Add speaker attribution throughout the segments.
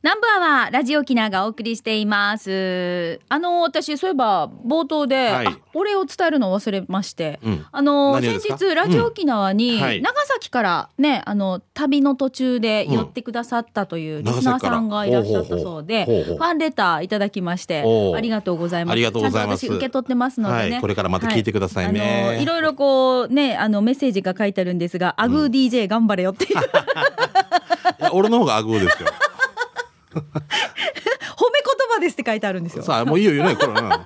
Speaker 1: 南部アワー、ラジオキナがお送りしています。あの、私、そういえば、冒頭で、
Speaker 2: はい
Speaker 1: あお礼を伝えるのを忘れまして、
Speaker 2: うん
Speaker 1: あの、
Speaker 2: 何をで
Speaker 1: 先
Speaker 2: すか
Speaker 1: 日、ラジオ沖縄に、
Speaker 2: うんはい
Speaker 1: 長崎からね、あの、旅の途中で寄ってくださったという、リスナーさんがいらっしゃったそうで、
Speaker 2: ほうほうほうほうほう
Speaker 1: ファンレターいただきまして
Speaker 2: お、う
Speaker 1: ありがとうございます。
Speaker 2: ありがとうございま
Speaker 1: ち
Speaker 2: す
Speaker 1: ゃんと私、受け取ってますのでね。
Speaker 2: はいこれからまた聞いてくださいね
Speaker 1: はあのいろいろこう、ね、あの、メッセージが書いてあるんですが、アグー DJ 頑張れよって いう、褒め言
Speaker 2: いや俺の方がアグーですよ。
Speaker 1: 葉ですって書いてあるんですよ。
Speaker 2: さあ、もういいよ、言うね、これな。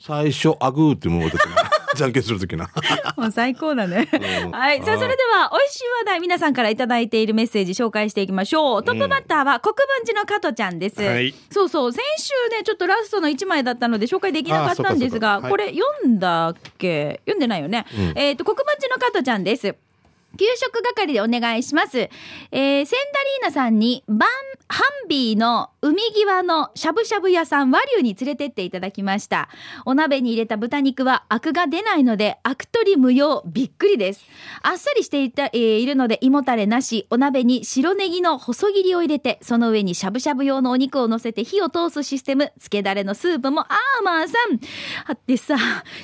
Speaker 2: 最初、アグーって思う ときな。じゃんけんするときな。
Speaker 1: もう最高だね。
Speaker 2: うん
Speaker 1: はい。さあ、それでは、美味しい話題、皆さんからいただいているメッセージ紹介していきましょう。トップバッターは、国分寺の加藤ちゃんです。
Speaker 2: はい
Speaker 1: そうそう、先週ね、ちょっとラストの1枚だったので紹介できなかったんですが、
Speaker 2: あーそうかそうかはい
Speaker 1: これ読んだっけ読んでないよね。
Speaker 2: うん
Speaker 1: えっ、と、国分寺の加藤ちゃんです。給食係でお願いします。えー、センダリーナさんに、バン、ハンビーの海際のしゃぶしゃぶ屋さん、和龍に連れてっていただきました。お鍋に入れた豚肉はアクが出ないので、アク取り無用、びっくりです。あっさりしていた、えーいるので、胃もたれなし、お鍋に白ネギの細切りを入れて、その上にしゃぶしゃぶ用のお肉を乗せて火を通すシステム、つけだれのスープもアーマーさん。あってさ、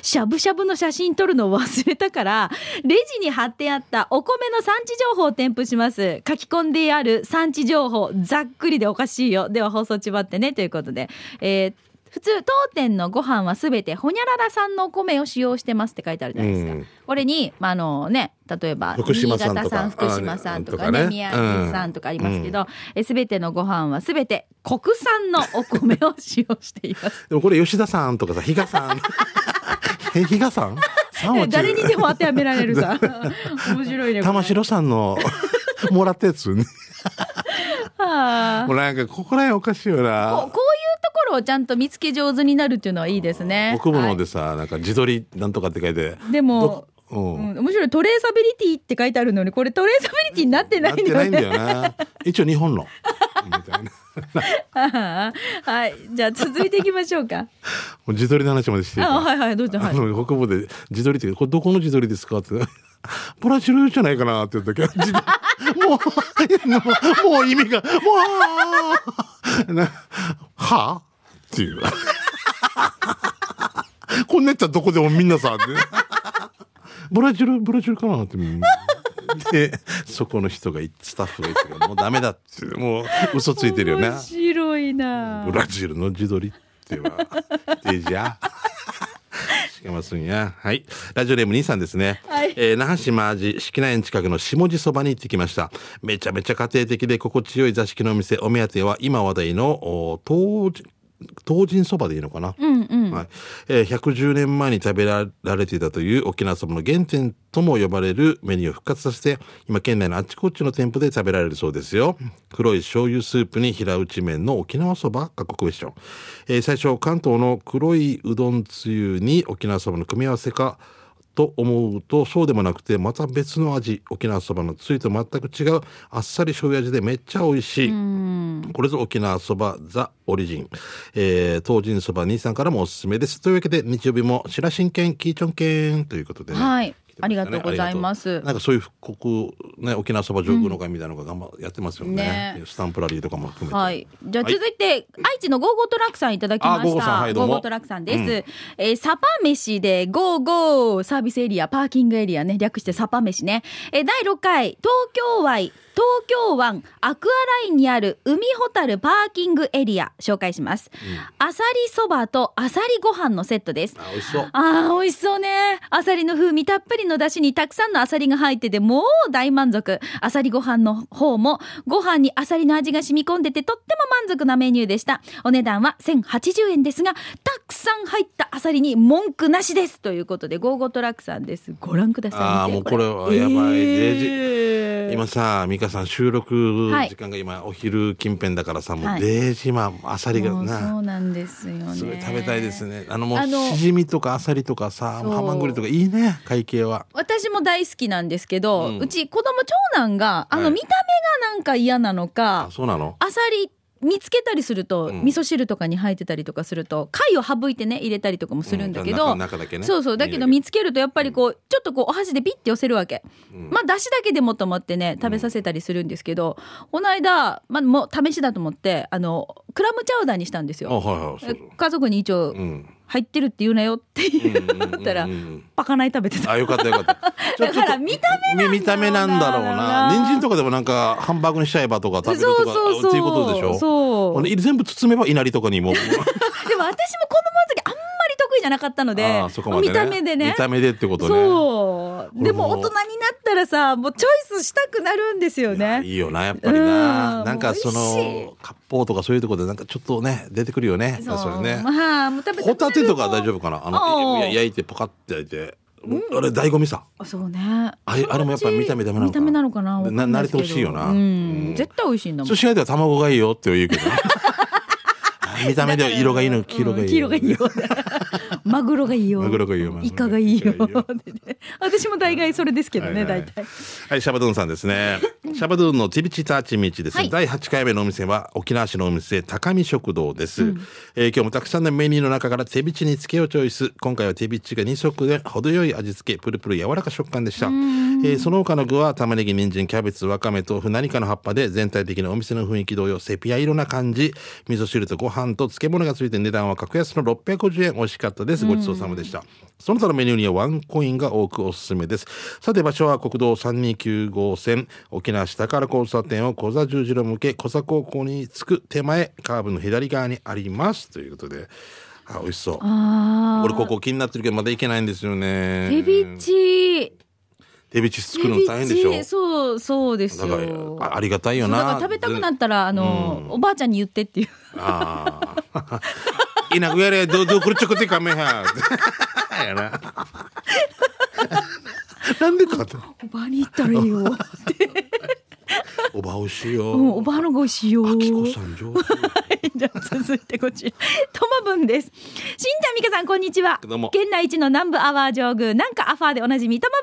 Speaker 1: しゃぶしゃぶの写真撮るの忘れたから、レジに貼ってあったお米の産地情報を添付します。書き込んである産地情報、ざっくりでおかしいよ。では放送ちばってね、ということで。えー普通当店のご飯はすべてほにゃららさんのお米を使用してますって書いてあるじゃないですか、
Speaker 2: うん
Speaker 1: これに、まあ、あのね例えば
Speaker 2: 福島
Speaker 1: 新
Speaker 2: さん
Speaker 1: 潟
Speaker 2: とか
Speaker 1: 産福島産とか
Speaker 2: あ
Speaker 1: ね
Speaker 2: ーね
Speaker 1: 宮
Speaker 2: とかね
Speaker 1: 城さんとかありますけどすべ、全てのご飯はすべて国産のお米を使用しています
Speaker 2: でもこれ、吉田さんとかさ、比嘉さん。え、比嘉さんさんは違う
Speaker 1: 誰にでも当てはめられるさ 面白いねこれ
Speaker 2: 玉城さ んのもらったやつね。
Speaker 1: あー
Speaker 2: もうなんか、ここら辺おかしいよ
Speaker 1: こうこういう
Speaker 2: な。
Speaker 1: ところをちゃんと見つけ上手になるっていうのはいいですね
Speaker 2: 奥
Speaker 1: は
Speaker 2: 物
Speaker 1: い
Speaker 2: でさ、なんか自撮りなんとかって書いて。
Speaker 1: でも
Speaker 2: どこうん。
Speaker 1: うん面白いトレーサビリティって書いてあるのにこれトレーサビリティになってな
Speaker 2: ないっ
Speaker 1: んだ
Speaker 2: て
Speaker 1: よね
Speaker 2: ないんだよな。一応日本の。みたいな。
Speaker 1: はいじゃあ続いていきましょう か
Speaker 2: もう自撮りの話までしてるから
Speaker 1: あはいはいどうぞは
Speaker 2: あ
Speaker 1: い
Speaker 2: の北部で自撮りってこれどこの自撮りですかって ブラジルじゃないかなって言ったけど 自撮りもうもうもう意味がもうなはあっていう こんなやつはどこでもみんなさってブラジルブラジルかなってでそこの人がいスタッフが言ってもうダメだっていうもう嘘ついてるよね
Speaker 1: 面白いな
Speaker 2: ブラジルの自撮りって いうのは、デジャしかますんや。はい。ラジオネーム兄さんですね。
Speaker 1: はい
Speaker 2: えー那覇市マージ、敷内園近くの下地そばに行ってきました。めちゃめちゃ家庭的で心地よい座敷のお店、お目当ては今話題の、お当時当人そばでいいのかな、
Speaker 1: うんうん
Speaker 2: はいえー110年前に食べられていたという沖縄そばの原点とも呼ばれるメニューを復活させて今県内のあちこちの店舗で食べられるそうですよ黒い醤油スープに平打ち麺の沖縄そばかっこクエスチョン、えー最初関東の黒いうどんつゆに沖縄そばの組み合わせかと思うとそうでもなくてまた別の味沖縄そばのつゆと全く違うあっさり醤油味でめっちゃ美味しい、これぞ沖縄そばザオリジン、えー、東人そば兄さんからもおすすめですというわけで日曜日も白真剣キーチョンケンということでね、
Speaker 1: はい
Speaker 2: 来てましたね
Speaker 1: ありがとうございます
Speaker 2: ありがとうなんかそういう復刻ね沖縄そば上空の会みたいなのが頑張やってますよね,、
Speaker 1: ね
Speaker 2: スタンプラリーとかも含めて
Speaker 1: はい。じゃあ続いて、愛知のゴーゴートラックさんいただきま
Speaker 2: あゴー
Speaker 1: し
Speaker 2: ゴーさん
Speaker 1: た。
Speaker 2: はいど
Speaker 1: ゴ
Speaker 2: う
Speaker 1: ー
Speaker 2: も
Speaker 1: ゴートラックさんです。えーサパ飯でゴーゴーサービスエリア、パーキングエリアね、略してサパ飯ね。えー第6回、東京湾、東京湾アクアラインにある海ホタルパーキングエリア、紹介します。あさりそばとあさりご飯のセットです。
Speaker 2: あ美味しそう
Speaker 1: あー美味しそうね。アサリの風味たっぷりの出汁にたくさんのアサリが入ってて、もう大満足。アサリご飯の方も、ご飯にアサリの味が染み込んでて、とっても満足なメニューでした。お値段は1080円ですが、たくさん入ったアサリに文句なしです。ということで、ゴーゴートラックさんです。ご覧ください。見
Speaker 2: あー
Speaker 1: て
Speaker 2: もうこれはやばいデジ
Speaker 1: えー
Speaker 2: 今さ美香さん収録
Speaker 1: はい
Speaker 2: 時間が今お昼近辺だからさ、も
Speaker 1: は
Speaker 2: う
Speaker 1: い
Speaker 2: デージマンあさりが
Speaker 1: もう
Speaker 2: な
Speaker 1: そうなんですよね。
Speaker 2: すごい食べたいですね。あのも
Speaker 1: あ
Speaker 2: う
Speaker 1: の
Speaker 2: しじみとかあさりとかさ、
Speaker 1: そう
Speaker 2: ハマングリとかいいね、会計は。
Speaker 1: 私も大好きなんですけど、う
Speaker 2: うん
Speaker 1: ち子供長男があ
Speaker 2: は
Speaker 1: の
Speaker 2: い
Speaker 1: 見た目がなんか嫌なのか、
Speaker 2: あ、そうなの。
Speaker 1: アサリ見つけたりすると、
Speaker 2: うん
Speaker 1: 味噌汁とかに入ってたりとかすると貝を省いてね入れたりとかもするんだけど、
Speaker 2: う中だけね
Speaker 1: そうそうだけど見つけるとやっぱりこうちょっとこうお箸でピッて寄せるわけ、
Speaker 2: うん
Speaker 1: まあだしだけでもと思ってね食べさせたりするんですけど、この間、まあ、もう試しだと思ってあのクラムチャウダーにしたんです
Speaker 2: あ
Speaker 1: よ
Speaker 2: はいはいそうそう
Speaker 1: 家族に一応
Speaker 2: うん
Speaker 1: 入ってるって言うなよって言ったら
Speaker 2: うんうんうんうん
Speaker 1: バカない食べてた
Speaker 2: あよかったよかったち ょ
Speaker 1: だから見た
Speaker 2: み見た目なんだろう
Speaker 1: な
Speaker 2: な
Speaker 1: んだろうな
Speaker 2: 人参とかでもなんかハンバーグにしちゃえばとか食べるとか
Speaker 1: そうそうそう
Speaker 2: っていうことでしょ
Speaker 1: そう
Speaker 2: 俺全部包めば稲荷とかにも
Speaker 1: でも私も子供の時あんまり得意じゃなかったので
Speaker 2: あーそこまでね
Speaker 1: 見た目でね
Speaker 2: 見た目でってことね
Speaker 1: そうでも大
Speaker 2: 俺
Speaker 1: 人
Speaker 2: も
Speaker 1: になったらさもうチョイスしたくなるんですよ
Speaker 2: あ
Speaker 1: ね
Speaker 2: いいよなやっぱりな、
Speaker 1: うん
Speaker 2: なんかそ
Speaker 1: 美味しい
Speaker 2: の割烹とかそういうところでなんかちょっとね出てくるよね
Speaker 1: そう
Speaker 2: れね
Speaker 1: まあもう食べ
Speaker 2: ホタテとかは大
Speaker 1: 夫
Speaker 2: 丈夫かなあ
Speaker 1: ああ
Speaker 2: のいや焼いてパカッて焼いて、あれ醍醐味さ
Speaker 1: そうね
Speaker 2: あれあれもやっぱり見た目ダメなのかな
Speaker 1: 見た目なのかな
Speaker 2: な
Speaker 1: わかんないですけど
Speaker 2: 慣れてほしいよな
Speaker 1: うん
Speaker 2: うん
Speaker 1: 絶対美味しいんだも
Speaker 2: そうん試合では卵がいいよって言う けどねあ見た目では色がいいの黄色がいい、
Speaker 1: うん黄色がいいよ マグロがいいよ
Speaker 2: マグロがいいよマグロがいい
Speaker 1: イカがいいよ
Speaker 2: イカがいいよ
Speaker 1: でね私も大概それですけどね
Speaker 2: はいはい
Speaker 1: 大体
Speaker 2: はい、シャバドゥンさんですね。シャバドゥンのチビチタチミチです、ね
Speaker 1: はい
Speaker 2: 第8回目のお店は沖縄市のお店高見食堂です、えー今日もたくさんのメニューの中から手ビチにつけをチョイス。今回は手ビチが2足で程よい味付け、プルプル柔らか食感でした。えーその他の具は玉ねぎ、人参、キャベツ、わかめ、豆腐、何かの葉っぱで全体的なお店の雰囲気同様、セピア色な感じ。味噌汁とご飯と漬物がついて値段は格安の650円。美味しかったです。ごちそうさまでした。その他のメニューにはワンコインが多くおすすめです。さて場所は国道329号線、沖縄市宝交差点を小座十字路向け、小座高校に着く手前、カーブの左側にあります。ということで、あ、美味しそう。
Speaker 1: ああ
Speaker 2: 俺ここ気になってるけどまだ行けないんですよね。
Speaker 1: 手び。ち
Speaker 2: 手びち作るの大変でし
Speaker 1: 手びち
Speaker 2: ょ。
Speaker 1: そうそうです
Speaker 2: だ
Speaker 1: よ
Speaker 2: からあありがたいよ
Speaker 1: そうだか
Speaker 2: な。
Speaker 1: ら食べたくなったらあの、
Speaker 2: うん
Speaker 1: おばあちゃんに言ってっていう
Speaker 2: ああ。 いなくやれ、ど、ど、これちょこってかめは。 やな。 なんでかと。
Speaker 1: おばあに言ったらいいよ、
Speaker 2: おばおいしい よ。
Speaker 1: うん、おばあのが美味しいよ
Speaker 2: あきこさん上手。
Speaker 1: じゃあ続いてこちらともぶんです新田美香さんこんにちは
Speaker 2: どうも
Speaker 1: 県内一の南部アワー上宮なんかアファーでおなじみとも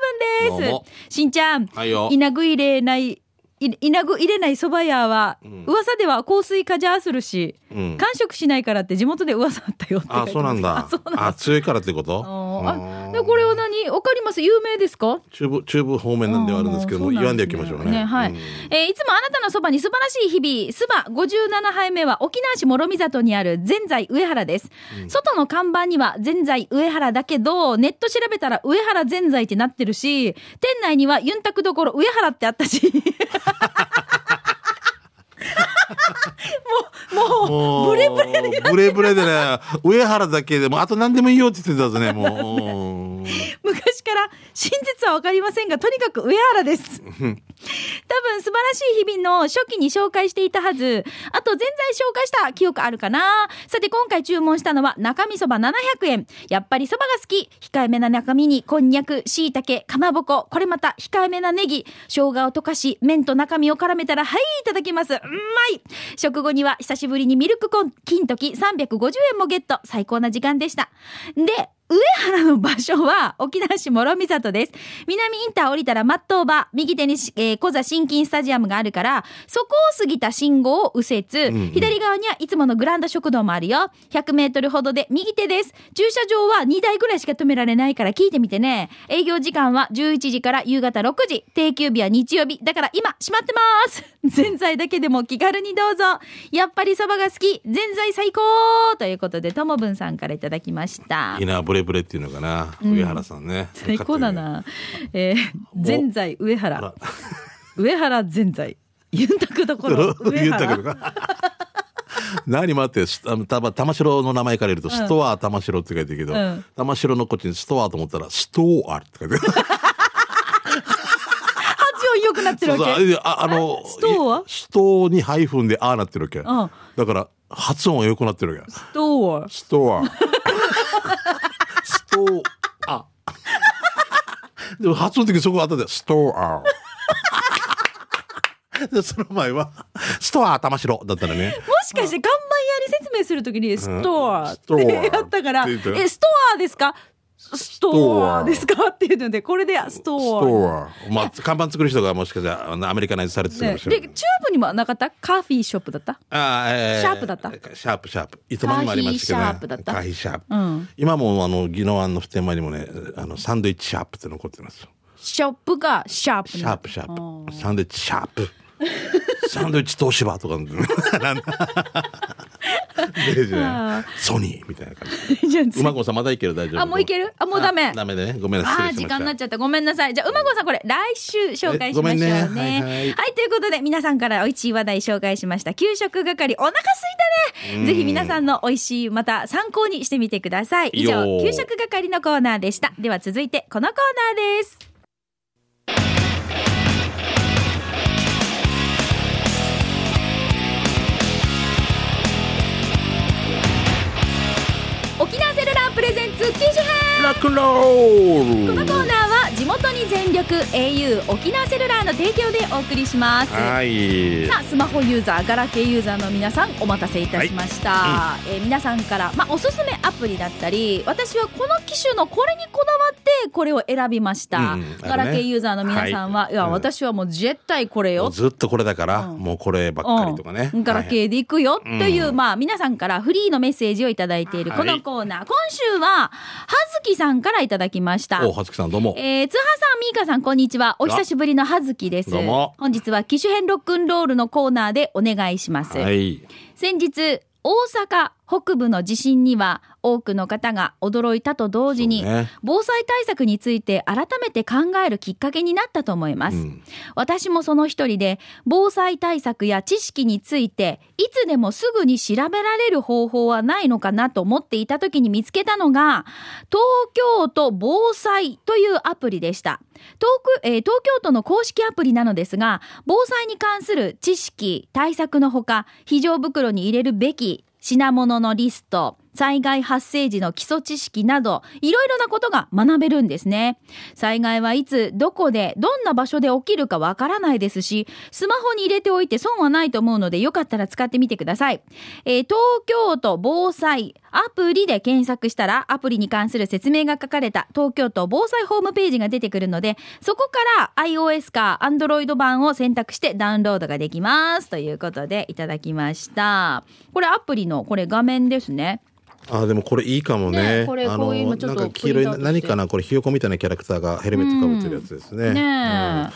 Speaker 1: ぶん
Speaker 2: どう
Speaker 1: で
Speaker 2: も
Speaker 1: すしんちゃん、
Speaker 2: はいよ。
Speaker 1: 稲具入れないい稲具入れない蕎麦屋は、
Speaker 2: うん
Speaker 1: 噂では香水カジャーするし、
Speaker 2: うん。
Speaker 1: 完食しないからって地元で噂あったよって書いて
Speaker 2: あ、
Speaker 1: ます
Speaker 2: そうなんだ
Speaker 1: あ そう。なんだ
Speaker 2: あ、強いからってこと。
Speaker 1: あ
Speaker 2: う
Speaker 1: あ
Speaker 2: ん
Speaker 1: でこれは何わかります有名ですか
Speaker 2: 中部、中部方面なんではあるんですけども、
Speaker 1: あーそ
Speaker 2: 言
Speaker 1: うな
Speaker 2: わん
Speaker 1: ん
Speaker 2: で
Speaker 1: です
Speaker 2: お
Speaker 1: ね
Speaker 2: きましょうね。
Speaker 1: ねはい
Speaker 2: うん
Speaker 1: えーいつもあなたのそばに素晴らしい日々、すば57杯目は沖縄市諸見里にある全在上原です。外の看板には全在上原だけど、ネット調べたら上原全在ってなってるし、店内にはユンタクどころ上原ってあった し。もう、もう、
Speaker 2: もうブレブレでね上原だけでもうあと何でもいいよって言ってたぞねもう
Speaker 1: 昔から真実は分かりませんがとにかく上原です多分素晴らしい日々の初期に紹介していたはずあと前在紹介した記憶あるかなさて今回注文したのは中身そば700円やっぱりそばが好き控えめな中身にこんにゃくしいたけかまぼここれまた控えめなネギ生姜を溶かし麺と中身を絡めたらはいいただきますうまい食後には久しぶりにミルクコン金時350円もゲット最高な時間でしたで上原の場所は沖縄市諸見里です。南インター降りたらマットバ右手にし、えー、小座新金スタジアムがあるから、そこを過ぎた信号を右折、
Speaker 2: うんうん
Speaker 1: 左側にはいつものグランド食堂もあるよ。100メートルほどで右手です。駐車場は2台ぐらいしか止められないから聞いてみてね。営業時間は11時から夕方6時。定休日は日曜日。だから今、閉まってます。 全菜だけでも気軽にどうぞ。やっぱりそばが好き。全菜最高ということで、ともぶんさんからいただきました。
Speaker 2: いいなブレブレっていうのかな、上原さんね
Speaker 1: 最高だな。えー、全財上原。上原全財。ユンタクど ころ。上
Speaker 2: 言ったけ
Speaker 1: 原。
Speaker 2: どな何待ってすあのたま玉城の名前から言うと、ストア玉城って書いてるけど、
Speaker 1: うん
Speaker 2: 玉城のこっちにストアと思ったらストアって 書いてある
Speaker 1: 発音良くなってる
Speaker 2: そう
Speaker 1: わけ。
Speaker 2: そうああの
Speaker 1: ストア
Speaker 2: いストにハイフンでああなってるわけ、
Speaker 1: ん
Speaker 2: だから発音が良くなってるわけ
Speaker 1: どう
Speaker 2: ストア。 ストア。でも発音的にそこ当たってストア。 でその前はストア玉城だったらね。
Speaker 1: もしかして看板やり説明するときにストア
Speaker 2: うん
Speaker 1: ってやったから、
Speaker 2: ストアって言ったよ
Speaker 1: え、ストアですかストアですかっていうので、これでストア。
Speaker 2: ストア。まあ、看板作る人がもしかしたらあのアメリカナイズされてたか
Speaker 1: ね
Speaker 2: も
Speaker 1: で、
Speaker 2: し
Speaker 1: チ
Speaker 2: れ
Speaker 1: ュ
Speaker 2: ない。
Speaker 1: ーブにもなかったカーフィーショップだった
Speaker 2: ああ、え
Speaker 1: シャープだった
Speaker 2: シャープ、シャープ。糸満にもありますけどね。
Speaker 1: カーヒーシャープだった
Speaker 2: カーヒーシャープ。
Speaker 1: うん
Speaker 2: 今も、あの、宜野湾の普天間にもね、あの、サンドイッチシャープって残ってますよ。
Speaker 1: ショップがシャープ
Speaker 2: シ
Speaker 1: な
Speaker 2: ャープ、シャープ。サンドイッチシャープ。 サンドイッチ東芝とか、 なんだ出てるじゃないソニーみたいな感じ。
Speaker 1: じゃあ
Speaker 2: 馬子さんまだいける大丈夫
Speaker 1: あもういけるあもうダメ
Speaker 2: あダメでねごめんなさ
Speaker 1: あー
Speaker 2: い失礼
Speaker 1: 時
Speaker 2: しました
Speaker 1: 間になっちゃったごめんなさいじゃあ馬子さんこれ来週紹介しましょうね
Speaker 2: えごめんねはいはい
Speaker 1: ということで皆さんからおいしい話題紹介しました給食係お腹すいたねぜひ皆さんのおいしいまた参考にしてみてください以上
Speaker 2: いいよ
Speaker 1: 給食係のコーナーでしたでは続いてこのコーナーです沖縄セルラープレゼンツ機種編
Speaker 2: ラックンロール
Speaker 1: このコーナーは地元に全力 au 沖縄セルラーの提供でお送りしますさ
Speaker 2: はい
Speaker 1: あスマホユーザーガラケーユーザーの皆さんお待たせいたしました、えー皆さんから、まあ、おすすめアプリだったり私はこの機種のこれにこだわってこれを選びました、
Speaker 2: うんうん
Speaker 1: ガラケーユーザーの皆さんは、
Speaker 2: あるねはい
Speaker 1: い、や
Speaker 2: うん
Speaker 1: 私はもう絶対これよ
Speaker 2: ずっとこれだから、
Speaker 1: うん
Speaker 2: もうこればっかりとかね、
Speaker 1: うんガラケーで行くよという、
Speaker 2: う
Speaker 1: まあ皆さんからフリーのメッセージをいただいているこのコーナー、今週は葉月さんからいただきました
Speaker 2: はい、おはつきさんどうも、
Speaker 1: えー、津波さん、ミーカさん、こんにちは。お久しぶりの葉月です。
Speaker 2: どうも
Speaker 1: 本日は機種編ロックンロールのコーナーでお願いします。
Speaker 2: はい
Speaker 1: 先日、大阪北部の地震には多くの方が驚いたと同時に、
Speaker 2: そうね
Speaker 1: 防災対策について改めて考えるきっかけになったと思います。
Speaker 2: うん
Speaker 1: 私もその一人で防災対策や知識についていつでもすぐに調べられる方法はないのかなと思っていた時に見つけたのが東京都防災というアプリでした東,、えー東京都の公式アプリなのですが防災に関する知識対策のほか非常袋に入れるべき品物のリスト災害発生時の基礎知識などいろいろなことが学べるんですね災害はいつどこでどんな場所で起きるかわからないですしスマホに入れておいて損はないと思うのでよかったら使ってみてください、えー東京都防災アプリで検索したらアプリに関する説明が書かれた東京都防災ホームページが出てくるのでそこから iOS か Android 版を選択してダウンロードができますということでいただきましたこれアプリのこれ画面ですね
Speaker 2: あでもこれいいかもね
Speaker 1: ねこれ
Speaker 2: あ
Speaker 1: こ
Speaker 2: の
Speaker 1: う今ちょっと
Speaker 2: なんか黄色い
Speaker 1: プリントアウトして
Speaker 2: 何かなこれひよこみたいなキャラクターがヘルメットかぶってるやつですね,、
Speaker 1: うんねえ
Speaker 2: あ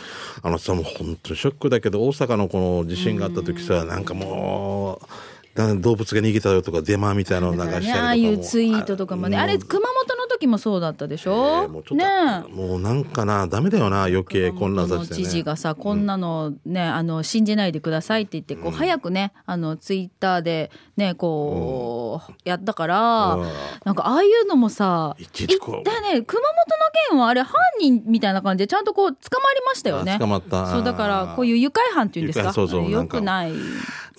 Speaker 2: のさもう本当ショックだけど大阪のこの地震があった時さ、なんかもうなん動物が逃げたよとかデマみたいなの流したりとかも
Speaker 1: ああいうツイートとかもねあれ熊本の時もそうだったでしょ、
Speaker 2: えーもうちょっと、
Speaker 1: ねえ
Speaker 2: もうなんかなダメだよな余計こんなん
Speaker 1: 熊
Speaker 2: さ
Speaker 1: 本
Speaker 2: せ
Speaker 1: の
Speaker 2: てね
Speaker 1: 知事がさこんなのね、あの信じないでくださいって言ってこう、早くねあのツイッターでねこう、やったから、
Speaker 2: うん
Speaker 1: なんかああいうのもさ
Speaker 2: いちいちこう
Speaker 1: だね熊本の件はあれ犯人みたいな感じでちゃんとこう捕まりましたよね
Speaker 2: あ捕まった
Speaker 1: そうだからこういう愉快犯っていうんです
Speaker 2: 愉
Speaker 1: か
Speaker 2: 快そうそう
Speaker 1: あれ
Speaker 2: な
Speaker 1: よ
Speaker 2: んか
Speaker 1: くない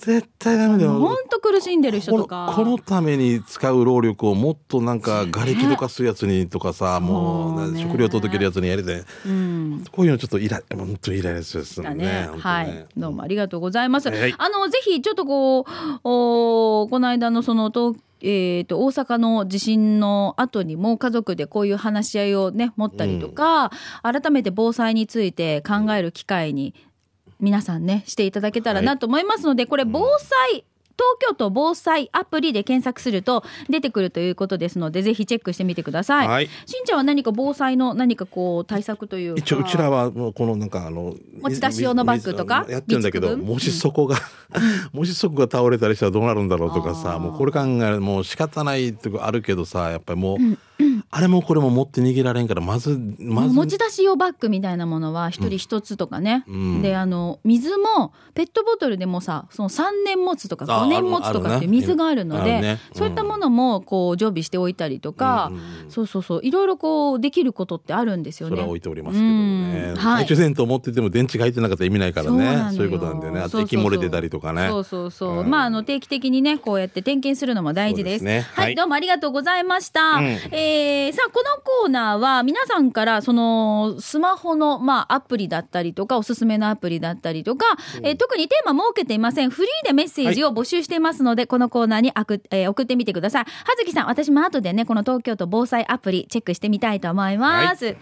Speaker 2: 絶対ダメだよ
Speaker 1: ほんと苦しんでる人とか
Speaker 2: このこのために使う労力をもっとなんか瓦礫とかするやつにとかさ、も
Speaker 1: そう
Speaker 2: う
Speaker 1: ね
Speaker 2: 食料届けるやつにやりたい
Speaker 1: うん
Speaker 2: こういうのちょっとイラ本当にイライラするですも
Speaker 1: だ
Speaker 2: ん
Speaker 1: ね
Speaker 2: ね本当ね
Speaker 1: はい、どうもありがとうございます。
Speaker 2: はい
Speaker 1: あのぜひちょっとこうおーこの間のその東えー、と大阪の地震の後にも家族でこういう話し合いをね持ったりとか、改めて防災について考える機会に皆さんねしていただけたらなと思いますので、これ防災東京都防災アプリで検索すると出てくるということですのでぜひチェックしてみてください。
Speaker 2: はい
Speaker 1: しんちゃんは何か防災の何かこう対策というか
Speaker 2: 一応うちらはもうこのなんかあの
Speaker 1: 持ち出し用のバッグとか
Speaker 2: 水やってるんだけど
Speaker 1: 備蓄分
Speaker 2: もしそこが もしそこが倒れたりしたらどうなるんだろうとか
Speaker 1: あー
Speaker 2: さもうこれ考えるもう仕方ないとこあるけどさやっぱりもうあれもこれも持って逃げられんからまずまず
Speaker 1: 持ち出し用バッグみたいなものは一人一つとかね、
Speaker 2: うん
Speaker 1: であの水もペットボトルでもさその3年持つとか
Speaker 2: あ
Speaker 1: 5年持つとかっていう水があるの
Speaker 2: ある
Speaker 1: で
Speaker 2: ねあるねうん
Speaker 1: そういったものもこう常備しておいたりとか、
Speaker 2: うんうんうん
Speaker 1: そうそうそういろいろこうできることってあるんですよ
Speaker 2: それは置
Speaker 1: ね
Speaker 2: い。ておりますけどね、
Speaker 1: うんはい
Speaker 2: 懐中電灯持ってても電池が入ってなかったら意味ないからねそう
Speaker 1: なのよ
Speaker 2: いうことなんだよねあ
Speaker 1: そう
Speaker 2: と
Speaker 1: そうそ
Speaker 2: 液
Speaker 1: う
Speaker 2: 漏れてたりとかね
Speaker 1: そうそうそう、
Speaker 2: うん
Speaker 1: まああの定期的にねこうやって点検するのも大事です
Speaker 2: そうですね
Speaker 1: はい、
Speaker 2: はい
Speaker 1: どうもありがとうございました、
Speaker 2: うん
Speaker 1: ええーさあ、このコーナーは皆さんからそのスマホの、まあ、アプリだったりとか、おすすめのアプリだったりとか、えー特にテーマ設けていません。フリーでメッセージを募集していますので、このコーナーにあく、えー送ってみてください。はずきさん、私も後でね、この東京都防災アプリチェックしてみたいと思います。さ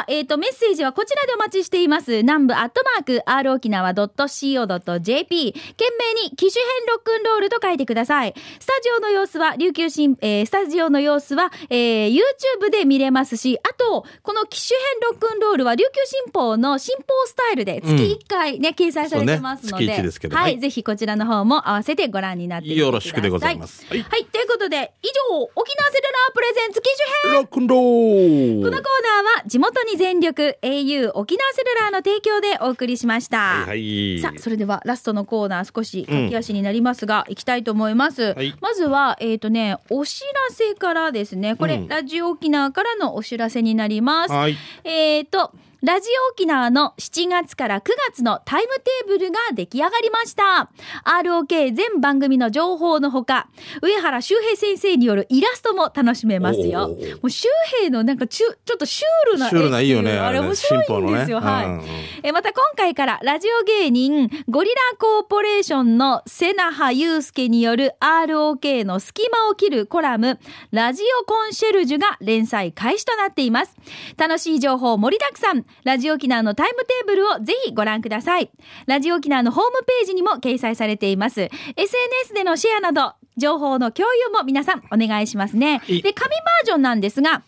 Speaker 1: あ、えっ、と、メッセージはこちらでお待ちしています。南部アットマーク、r 沖縄 .co.jp。懸命に機種編ロックンロールと書いてください。スタジオの様子は、琉球新、えースタジオの様子は、えー YouTube で見れますし、あと、この機種編ロックンロールは、琉球新報の新報スタイルで月1回ね、掲載されてますので、
Speaker 2: そうね月一ですけど
Speaker 1: は、
Speaker 2: はいい
Speaker 1: ぜひこちらの方も合わせてご覧になってみてください。
Speaker 2: よろしくでございます
Speaker 1: は、
Speaker 2: はいい
Speaker 1: ということで、以上、沖縄セルラープレゼンツ機種編
Speaker 2: ロックンロー
Speaker 1: このコーナーは地元に全力 au 沖縄セルラーの提供でお送りしました。
Speaker 2: はいはい
Speaker 1: さあそれではラストのコーナー少し駆け足になりますが、行きたいと思います、
Speaker 2: はい
Speaker 1: まずはえっ、とねお知らせからですねこれ、
Speaker 2: うん
Speaker 1: ラジオ沖縄からのお知らせになります、
Speaker 2: はい
Speaker 1: えっ、とラジオ沖縄の7月から9月のタイムテーブルが出来上がりました。ROK 全番組の情報のほか、上原修平先生によるイラストも楽しめますよ。も
Speaker 2: おー
Speaker 1: う修平のなんかちゅちょっとシュールな絵っ
Speaker 2: シ
Speaker 1: て
Speaker 2: ュ
Speaker 1: いう。
Speaker 2: ールないいよね
Speaker 1: あれ
Speaker 2: ね
Speaker 1: 面白いんですよ。はい。
Speaker 2: うんうん
Speaker 1: えーまた今回からラジオ芸人ゴリラコーポレーションの瀬那覇祐介による ROK の隙間を切るコラム「ラジオコンシェルジュ」が連載開始となっています楽しい情報盛りだくさんラジオ沖縄のタイムテーブルをぜひご覧くださいラジオ沖縄のホームページにも掲載されています SNS でのシェアなど情報の共有も皆さんお願いしますね
Speaker 2: い
Speaker 1: で紙バージョンなんですが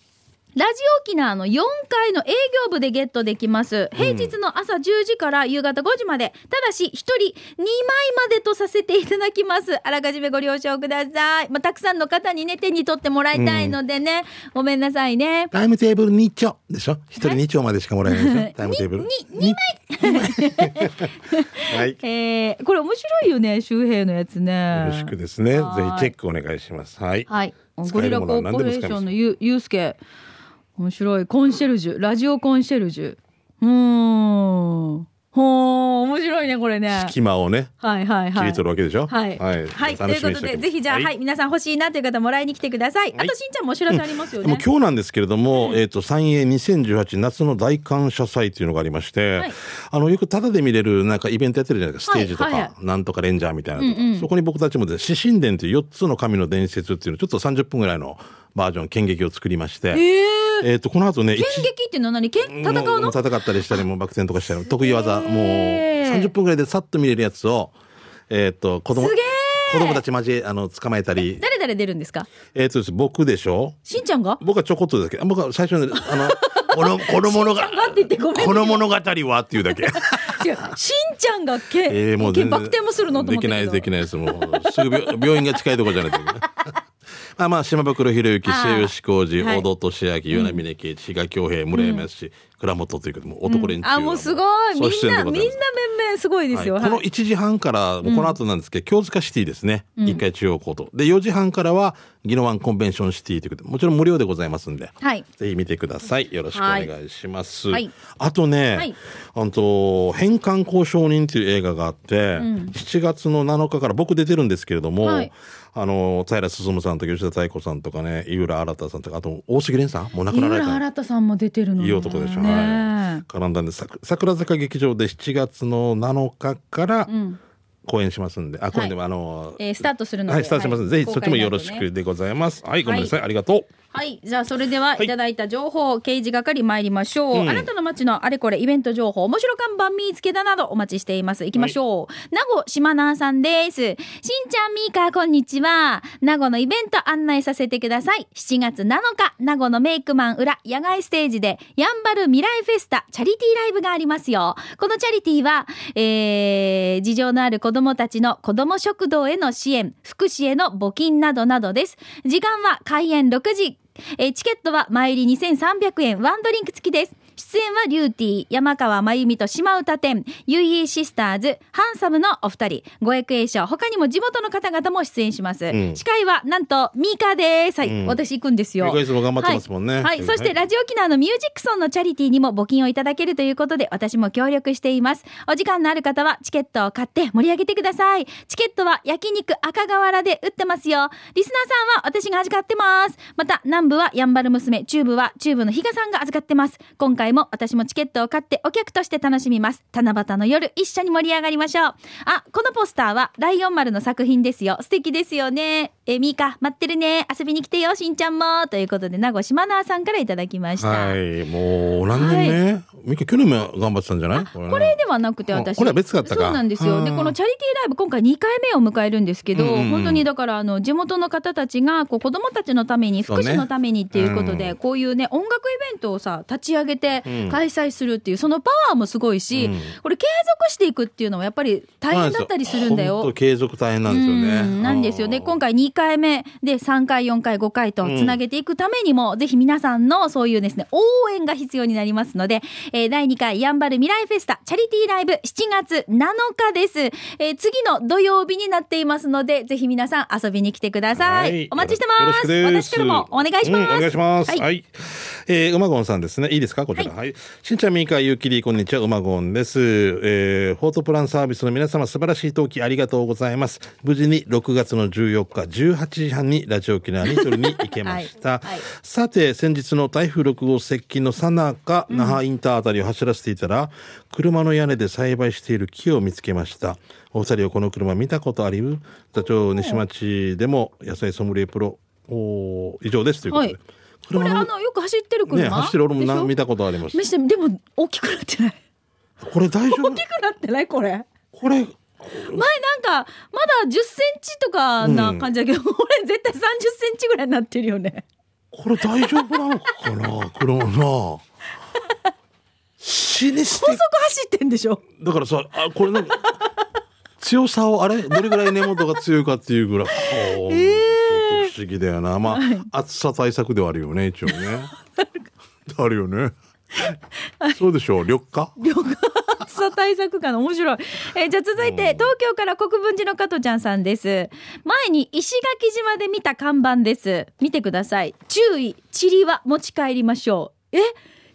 Speaker 1: ラジオ沖縄の4階の営業部でゲットできます。平日の朝10時から夕方5時まで。ただし、1人2枚までとさせていただきます。あらかじめご了承ください。まあ、たくさんの方にね、手に取ってもらいたいのでね。ごめんなさいね。
Speaker 2: タイムテーブル2丁でしょ一人2丁までしかもらえないでし
Speaker 1: はい
Speaker 2: ょタイムテーブル
Speaker 1: に
Speaker 2: 2枚 はい
Speaker 1: えー、これ面白いよね、周平のやつね。
Speaker 2: よろしくですねぜひ
Speaker 1: はい
Speaker 2: チェックお願いしますはい
Speaker 1: はい。
Speaker 2: 使
Speaker 1: ゴ
Speaker 2: え
Speaker 1: リ
Speaker 2: る
Speaker 1: ラ
Speaker 2: も
Speaker 1: コ
Speaker 2: のは
Speaker 1: ー
Speaker 2: 何
Speaker 1: ポ
Speaker 2: でも
Speaker 1: レ
Speaker 2: 使
Speaker 1: ー
Speaker 2: いま
Speaker 1: シ
Speaker 2: す
Speaker 1: ョンのゆゆうすけ。面白い。コンシェルジュ。ラジオコンシェルジュ。うーん。ほー、面白いね、これね。
Speaker 2: 隙間をね
Speaker 1: はいはい
Speaker 2: 切
Speaker 1: はい
Speaker 2: り。取るわけでしょ
Speaker 1: はい、はい、と
Speaker 2: 楽
Speaker 1: い
Speaker 2: し
Speaker 1: うこ
Speaker 2: みに
Speaker 1: と
Speaker 2: しておき
Speaker 1: で、
Speaker 2: ます
Speaker 1: ぜひじゃあ、はい、皆さん欲しいなという方もらいに来てください。
Speaker 2: はい
Speaker 1: あと、しんちゃんもお知らせありますよ
Speaker 2: でも
Speaker 1: ね。
Speaker 2: 今日なんですけれども、えっ、と、三栄2018夏の大感謝祭というのがありまして、
Speaker 1: はい
Speaker 2: あの、よくタダで見れるなんかイベントやってるじゃないですか、ステージとか、
Speaker 1: はいは
Speaker 2: なんとかレンジャーみたいなのとか、
Speaker 1: うんうん
Speaker 2: そこに僕たちもですね、獅神伝という4つの神の伝説っていうの、ちょっと30分ぐらいのバージョン、剣劇を作りまして、
Speaker 1: えー、
Speaker 2: えっ、と、この後ね、一
Speaker 1: 剣撃っていうのは何、剣、戦う
Speaker 2: も
Speaker 1: の。
Speaker 2: も戦ったりしたり、 もうバク転とかしたり、得意技、
Speaker 1: す
Speaker 2: も
Speaker 1: げ
Speaker 2: う
Speaker 1: ー
Speaker 2: 30分ぐらいでさっと見れるやつを、えっ、と、子供
Speaker 1: すげ、
Speaker 2: 子供たち交え、あの、捕まえたり、
Speaker 1: 誰誰出るんですか。
Speaker 2: えっ、とですね僕でしょ
Speaker 1: しんちゃんが。
Speaker 2: 僕はちょこっとですけど僕は最初に あのこのこの物が
Speaker 1: しんちゃんがって言ってごめんね
Speaker 2: この物語はっていうだけ
Speaker 1: 違う、しんちゃんが剣、
Speaker 2: えーもう
Speaker 1: 剣
Speaker 2: 全然
Speaker 1: バク転もするのと
Speaker 2: で
Speaker 1: 思って
Speaker 2: き
Speaker 1: た
Speaker 2: ない
Speaker 1: けど。
Speaker 2: ですできないですもうすぐ 病病院が近いところじゃない とまあまあ島袋博之
Speaker 1: あー
Speaker 2: 末吉浩二
Speaker 1: はい
Speaker 2: 大戸敏明与那峰圭一比嘉恭平村山氏倉本ということでもう男連中
Speaker 1: あ、もうすごい、みん
Speaker 2: 総出演
Speaker 1: な、
Speaker 2: で
Speaker 1: み
Speaker 2: ご
Speaker 1: んな面
Speaker 2: ざます
Speaker 1: 々すごいですよ。
Speaker 2: はいこの
Speaker 1: はい
Speaker 2: 1時半から、もうこの後なんですけど、京塚シティですね。1階中央コート。で、4時半からは、宜野湾コンベンションシティということで、もちろん無料でございますんで、
Speaker 1: はい
Speaker 2: ぜひ見てください。よろしくお願いします。
Speaker 1: はいはい
Speaker 2: あとね、
Speaker 1: はい
Speaker 2: あと、返還交渉人という映画があって、7月の7日から僕出てるんですけれども、
Speaker 1: はい
Speaker 2: あの、平進さんとか吉田太鼓さんとかね、井浦新さんとか、あと、大杉蓮さんもう亡く
Speaker 1: 井
Speaker 2: なられ
Speaker 1: 浦
Speaker 2: た。
Speaker 1: 新さんも出てるのね。
Speaker 2: いい男でしょ、
Speaker 1: ね
Speaker 2: はい、絡んだんでさく桜坂劇場で7月の7日から公演しますんで、あ公演でも、あの
Speaker 1: えースタートするので
Speaker 2: はいスタートしますんで、
Speaker 1: はい
Speaker 2: ぜひそっちもよろしくでございますはいごめんなさい、ありがとう
Speaker 1: はい。じゃあ、それでは、
Speaker 2: い
Speaker 1: いただいた情報、掲示係参りましょう、
Speaker 2: うん
Speaker 1: あなたの街のあれこれ、イベント情報、面白看板見つけたなど、お待ちしています。行きましょう。名護島南さんです。しんちゃん、みーか、こんにちは。名護のイベント案内させてください。7月7日、名護のメイクマン裏、野外ステージで、やんばる未来フェスタ、チャリティーライブがありますよ。このチャリティーは、えー、事情のある子供たちの子供食堂への支援、福祉への募金などなどです。時間は開演6時。えーチケットは前売り2300円、ワンドリンク付きです。出演はリューティー、山川真由美と島唄店、UE シスターズ、ハンサムのお二人、ご役栄賞、他にも地元の方々も出演します。
Speaker 2: ん
Speaker 1: 司会は、なんと、ミーカーです。はい、
Speaker 2: うん
Speaker 1: 私行くんですよ。
Speaker 2: ミカいつも頑張ってますもんね
Speaker 1: はい、はい
Speaker 2: はい
Speaker 1: そして、ラジオ沖縄のミュージックソンのチャリティーにも募金をいただけるということで、私も協力しています。お時間のある方は、チケットを買って盛り上げてください。チケットは焼肉赤瓦で売ってますよ。リスナーさんは私が預かってます。また、南部はやんばる娘、中部は中部の比嘉さんが預かってます。今回も私もチケットを買ってお客として楽しみます。七夕の夜、一緒に盛り上がりましょう。あ、このポスターは、ライオン丸の作品ですよ。素敵ですよね。え、ミーカ、待ってるね。遊びに来てよ、しんちゃんも。ということで、名護島奈さんからいただきました。
Speaker 2: はい、もう何年目、ミカ去年も頑張ってたんじゃないこれね
Speaker 1: これではなくて
Speaker 2: あ
Speaker 1: 私
Speaker 2: これは別だったか
Speaker 1: そうなんですよで
Speaker 2: うん
Speaker 1: このチャリティーライブ今回2回目を迎えるんですけど、
Speaker 2: うんうんうん
Speaker 1: 本当にだからあの地元の方たちがこう子どもたちのために
Speaker 2: そう
Speaker 1: 福
Speaker 2: ね
Speaker 1: 祉のためにっていうことで、
Speaker 2: うん
Speaker 1: こういうね音楽イベントをさ立ち上げて
Speaker 2: うん
Speaker 1: 開催するっていうそのパワーもすごいし、
Speaker 2: うん
Speaker 1: これ継続していくっていうのはやっぱり大変だったりするんだよ
Speaker 2: 本当。継続大変なんですよ
Speaker 1: う
Speaker 2: ね。
Speaker 1: んなんですよね。今回2回目で3回、4回、5回とつなげていくためにも、ぜひ皆さんのそういうですね、応援が必要になりますので、えー第2回やんばる未来フェスタチャリティーライブ7月7日です。えー次の土曜日になっていますので、ぜひ皆さん遊びに来てください。お待ちしてま。
Speaker 2: よろしくです
Speaker 1: 私からもお願いします。
Speaker 2: うんお願いします。
Speaker 1: は
Speaker 2: はいい。えー、うまごんさんですね。いいですかこちら。はい。しんちゃん、みーか、ゆうきり、こんにちは。うまごんです。えー、フォートプランサービスの皆様、素晴らしい陶器ありがとうございます。無事に6月の14日、18時半にラジオ沖縄に取りに行けました。
Speaker 1: はいはい
Speaker 2: さて、先日の台風6号接近のさなか、那覇インターあたりを走らせていたら、車の屋根で栽培している木を見つけました。お二人はこの車見たことありう座長西町でも野菜ソムリエプロ、おー以上ですということで。
Speaker 1: はいこれあの、よく走ってる車
Speaker 2: ね、走ってる俺もな見
Speaker 1: た
Speaker 2: たことあります。
Speaker 1: でも、大きくなってない。
Speaker 2: これ大丈
Speaker 1: 大
Speaker 2: 夫
Speaker 1: きくなってないこれ。
Speaker 2: これ、
Speaker 1: 前なんかまだ10センチとかな感じだけど、 これ絶対30センチぐらいになってるよね。
Speaker 2: これ大丈夫なのかな 車な。死にして
Speaker 1: 高速走ってんでしょ。
Speaker 2: だからさ、あ、これなんか、強さを、あれどれぐらい根元が強いかってい うぐらい、ほーちょっと不思議だよな。まあ、暑さ対策ではあるよ ね、一応ね。あるよね。そうでしょう、緑化
Speaker 1: 旅館暑さ対策かな面白い。えーじゃあ続いて東京から国分寺の加トちゃんさんです。前に石垣島で見た看板です。見てください。注意、チリは持ち帰りましょう。え、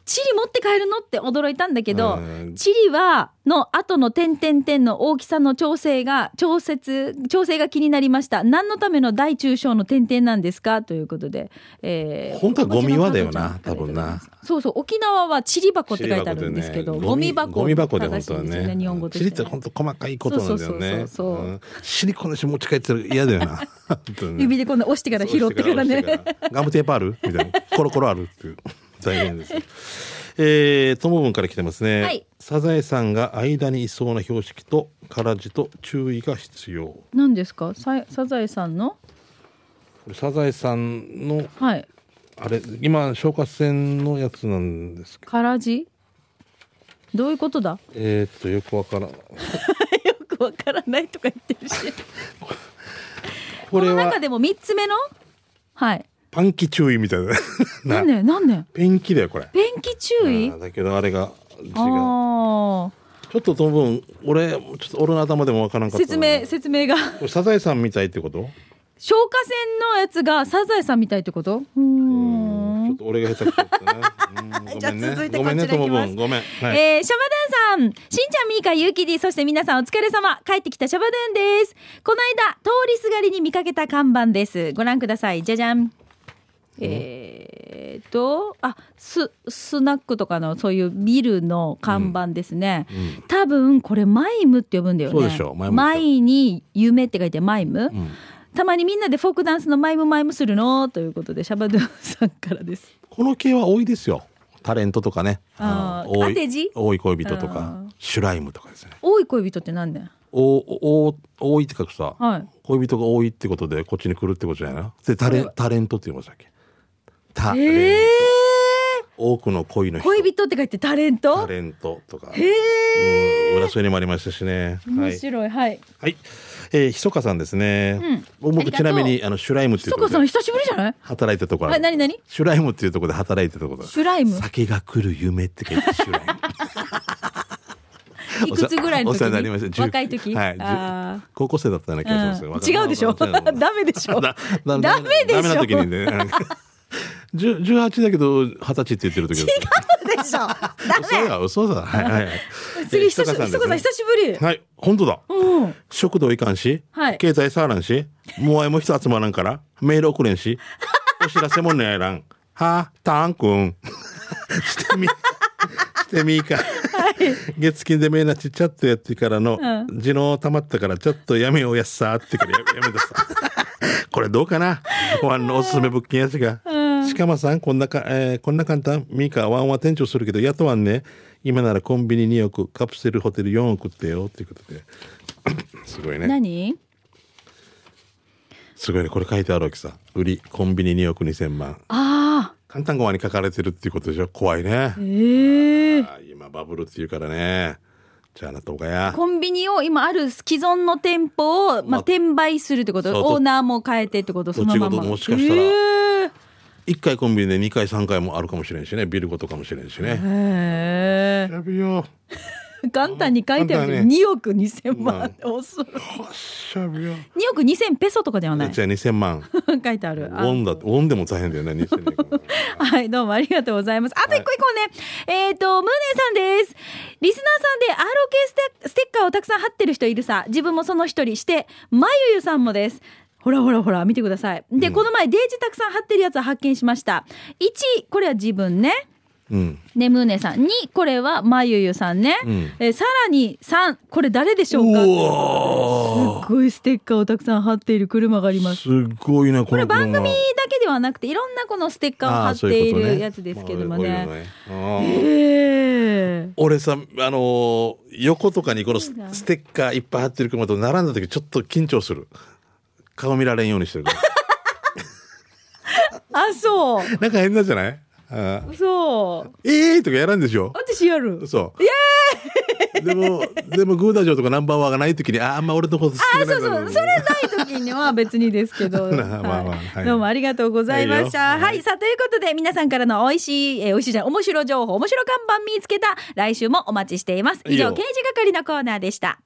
Speaker 1: チリ持って帰るのって驚いたんだけど
Speaker 2: う、ん
Speaker 1: チリはの後の点点点の大きさの調整が調節調整が気になりました。何のための大中小の点々なんですかということで、えー
Speaker 2: 本当はゴミはだよな
Speaker 1: こちらの
Speaker 2: 多分な
Speaker 1: そうそう沖縄はチリ箱って書いてあるんですけど、ゴミ箱
Speaker 2: ゴミ箱で
Speaker 1: 正
Speaker 2: 本
Speaker 1: しいん
Speaker 2: 当は
Speaker 1: ですよ
Speaker 2: ね。
Speaker 1: 日本語と
Speaker 2: チ
Speaker 1: し
Speaker 2: リってて
Speaker 1: ね、
Speaker 2: 本当細かいことなんだよね。
Speaker 1: そうそうそうそう
Speaker 2: うんシリコンの人持ち帰ってたら嫌だよ な。本当にね
Speaker 1: 指でこんな押してから拾ってからね。
Speaker 2: ガムテープあるみたいな。コロコロあるっていう。 大変です。えー、ともぶんから来てますね。
Speaker 1: はい
Speaker 2: サザエさんが間にいそうな標識と、からじと注意が必要。こ
Speaker 1: 何ですかサイサザエさんの
Speaker 2: れサザエさんの、
Speaker 1: はい
Speaker 2: あれ、今、消火栓のやつなんですけど、
Speaker 1: からじどういうことだ
Speaker 2: えー、っと、よくわからん。
Speaker 1: よくわからないとか言ってるし
Speaker 2: これ
Speaker 1: この
Speaker 2: は
Speaker 1: 中、でも三つ目のはい
Speaker 2: パンキ注意みたいな。な
Speaker 1: 何年何年
Speaker 2: ペンキだよ、これ。
Speaker 1: 便器注意
Speaker 2: あーだけど、あれが、違う。ち
Speaker 1: あ
Speaker 2: ょ
Speaker 1: ー
Speaker 2: っとともぶん、俺、ちょっと俺の頭でもわからんかったな。
Speaker 1: 説明説明が
Speaker 2: これサザエさんみたいってこと
Speaker 1: 消火栓のやつがサザエさんみたいってことうーん
Speaker 2: ちょっと俺が下手くそ だったね。うん
Speaker 1: じゃあ
Speaker 2: ごめんね
Speaker 1: 続いて
Speaker 2: ごめんね、
Speaker 1: こちら行きます
Speaker 2: ともぶんごめん。はい。
Speaker 1: えーシャバドゥンさん、しんちゃん、みーか、ゆうきり、そして皆さんお疲れ様、帰ってきたシャバドゥンです。この間、通りすがりに見かけた看板です。ご覧ください、じゃじゃん。えーっと、あ、ス、スナックとかの、そういうビルの看板ですね。多分、これ、マイムって呼ぶんだよね。
Speaker 2: そうでしょうマイムでしょ
Speaker 1: マイに夢って書いて、マイム。
Speaker 2: ん
Speaker 1: たまにみんなでフォークダンスのマイムマイムするのということでシャバドゥンさんからです。
Speaker 2: この系は多いですよ。タレントとかね。
Speaker 1: あー
Speaker 2: あの多
Speaker 1: 当て字
Speaker 2: い多い恋人と
Speaker 1: あ
Speaker 2: か、シュライムとかですね。
Speaker 1: 多い恋人ってなんだよ。
Speaker 2: おお多いって書くさ、
Speaker 1: はい
Speaker 2: 恋人が多いってことでこっちに来るってことじゃないのでタレタレントって言いましたっけタ
Speaker 1: え
Speaker 2: レン
Speaker 1: えー。
Speaker 2: 多くの恋の人
Speaker 1: 恋人って書いてタレント
Speaker 2: タレントとか
Speaker 1: へえ
Speaker 2: うん、裏添えにもありましたしね。は
Speaker 1: 面
Speaker 2: い。
Speaker 1: 白いはい
Speaker 2: はい。えー、ひそかさんですね。
Speaker 1: うん
Speaker 2: 僕ちなみに、あの、シュライムっていう
Speaker 1: そ
Speaker 2: と
Speaker 1: こ
Speaker 2: ころ
Speaker 1: さ
Speaker 2: で
Speaker 1: ん久しぶりじゃない
Speaker 2: 働いたところあ
Speaker 1: は
Speaker 2: る
Speaker 1: い何何
Speaker 2: シュライムっていうところで働いてたところ。
Speaker 1: シュライム
Speaker 2: 酒が来る夢って書いてシュライム。
Speaker 1: いくつぐらいの時
Speaker 2: お世話になりました。
Speaker 1: 若い時
Speaker 2: はい。
Speaker 1: あー
Speaker 2: 高校生だったような気がしますよ。
Speaker 1: うん
Speaker 2: 若い
Speaker 1: 違うでしょ ダメでし ょ
Speaker 2: だだ
Speaker 1: ダメでしょ
Speaker 2: ダメな時にね。 なんかじゅ18だけど二十歳って言ってる時違
Speaker 1: でしょダ
Speaker 2: 嘘だ嘘だはいはいはい
Speaker 1: メ 次久しぶり久
Speaker 2: えーひそかさんですね
Speaker 1: 久しぶり
Speaker 2: はい本当だ
Speaker 1: うん
Speaker 2: 食堂いかんし、
Speaker 1: はい
Speaker 2: 経済触らんしもうえも人集まらんからメール送れんしお知らせもねえらんはあたんくん してみ してみいか、月金でめえなちちゃっとやってからの「
Speaker 1: う
Speaker 2: 地のたまったからちょっとやめようやっさ」ってからややめたさこれどうかなワンのおすすめ物件やしが
Speaker 1: うん
Speaker 2: しかまさんこんなか、えーこんな簡単ミカワンは店長するけど雇わんね今ならコンビニ2億カプセルホテル4億ってよっていうことで すごいね
Speaker 1: 何
Speaker 2: すごいねこれ書いてあるわけさ売りコンビニ2億2000万
Speaker 1: ああ
Speaker 2: 簡単語はに書かれてるっていうことでしょ怖いね
Speaker 1: ええ
Speaker 2: あー今バブルっていうからねじゃあなとかや
Speaker 1: コンビニを今ある既存の店舗を、ま
Speaker 2: ま
Speaker 1: あ、
Speaker 2: あ
Speaker 1: 転売するってこと
Speaker 2: そう
Speaker 1: オーナーも変えてってことそのまま
Speaker 2: どっちごともしかしたら
Speaker 1: へー
Speaker 2: 1回コンビニで2回3回もあるかもしれんしねビルごとかもしれんしね
Speaker 1: へ
Speaker 2: やべよ
Speaker 1: え元旦に書いてある
Speaker 2: 元
Speaker 1: けど
Speaker 2: 旦ね
Speaker 1: 2億2000万恐ろしい
Speaker 2: はっしゃべよ
Speaker 1: 2億2000ペソとかではない
Speaker 2: じゃあ2000万
Speaker 1: 書いてあ
Speaker 2: ウ
Speaker 1: るあ
Speaker 2: ォンだウォンでも大変だよね2000 万
Speaker 1: はい、どうもありがとうございます。あと一個一個ね、えっ、と、ムーネさんです。リスナーさんで ROK ステステッカーをたくさん貼ってる人いるさ。自分もその一人して、まゆゆさんもです。ほらほらほら、見てください。で、この前デージたくさん貼ってるやつを発見しました。1、これは自分ね。
Speaker 2: うん
Speaker 1: ね、ムーネさん。2、これはまゆゆさんね。
Speaker 2: うん
Speaker 1: えーさらに3、これ誰でしょうか
Speaker 2: お
Speaker 1: すっごいステッカーをたくさん貼っている車があります。
Speaker 2: すごいなこ
Speaker 1: これ
Speaker 2: の
Speaker 1: 番組だ
Speaker 2: 車
Speaker 1: けではなくていろんなこのステッカーを貼
Speaker 2: あ
Speaker 1: っ
Speaker 2: ー
Speaker 1: て
Speaker 2: そう
Speaker 1: い
Speaker 2: いうこと
Speaker 1: る
Speaker 2: ね
Speaker 1: やつですけども
Speaker 2: まあこう
Speaker 1: ね。
Speaker 2: いうのねあー
Speaker 1: ええ
Speaker 2: 俺さあのー横とかにこのス
Speaker 1: いいな
Speaker 2: ステッカーいっぱい貼ってる車と並んだ時ちょっと緊張する顔見られんようにしてるから
Speaker 1: あ、そう。
Speaker 2: なんか変なんじゃないあー
Speaker 1: そう。
Speaker 2: えーとかやらんでしょ
Speaker 1: 私やる。
Speaker 2: そう でもでもグーダジョーとかナンバーワンがない時にあーあんま俺のこと好き
Speaker 1: あ、
Speaker 2: じゃな
Speaker 1: そそ
Speaker 2: いうんだ
Speaker 1: う。それない時には別にですけ ど。
Speaker 2: まあまあまあ
Speaker 1: はい
Speaker 2: はい
Speaker 1: どうもありがとうございました。は、
Speaker 2: はいい
Speaker 1: さあ、ということで皆さんからの美味しい、えー美味しいじゃない、面白情報、面白看板見つけた、来週もお待ちしています。以
Speaker 2: いい
Speaker 1: 上、
Speaker 2: よ
Speaker 1: 刑事係のコーナーでした。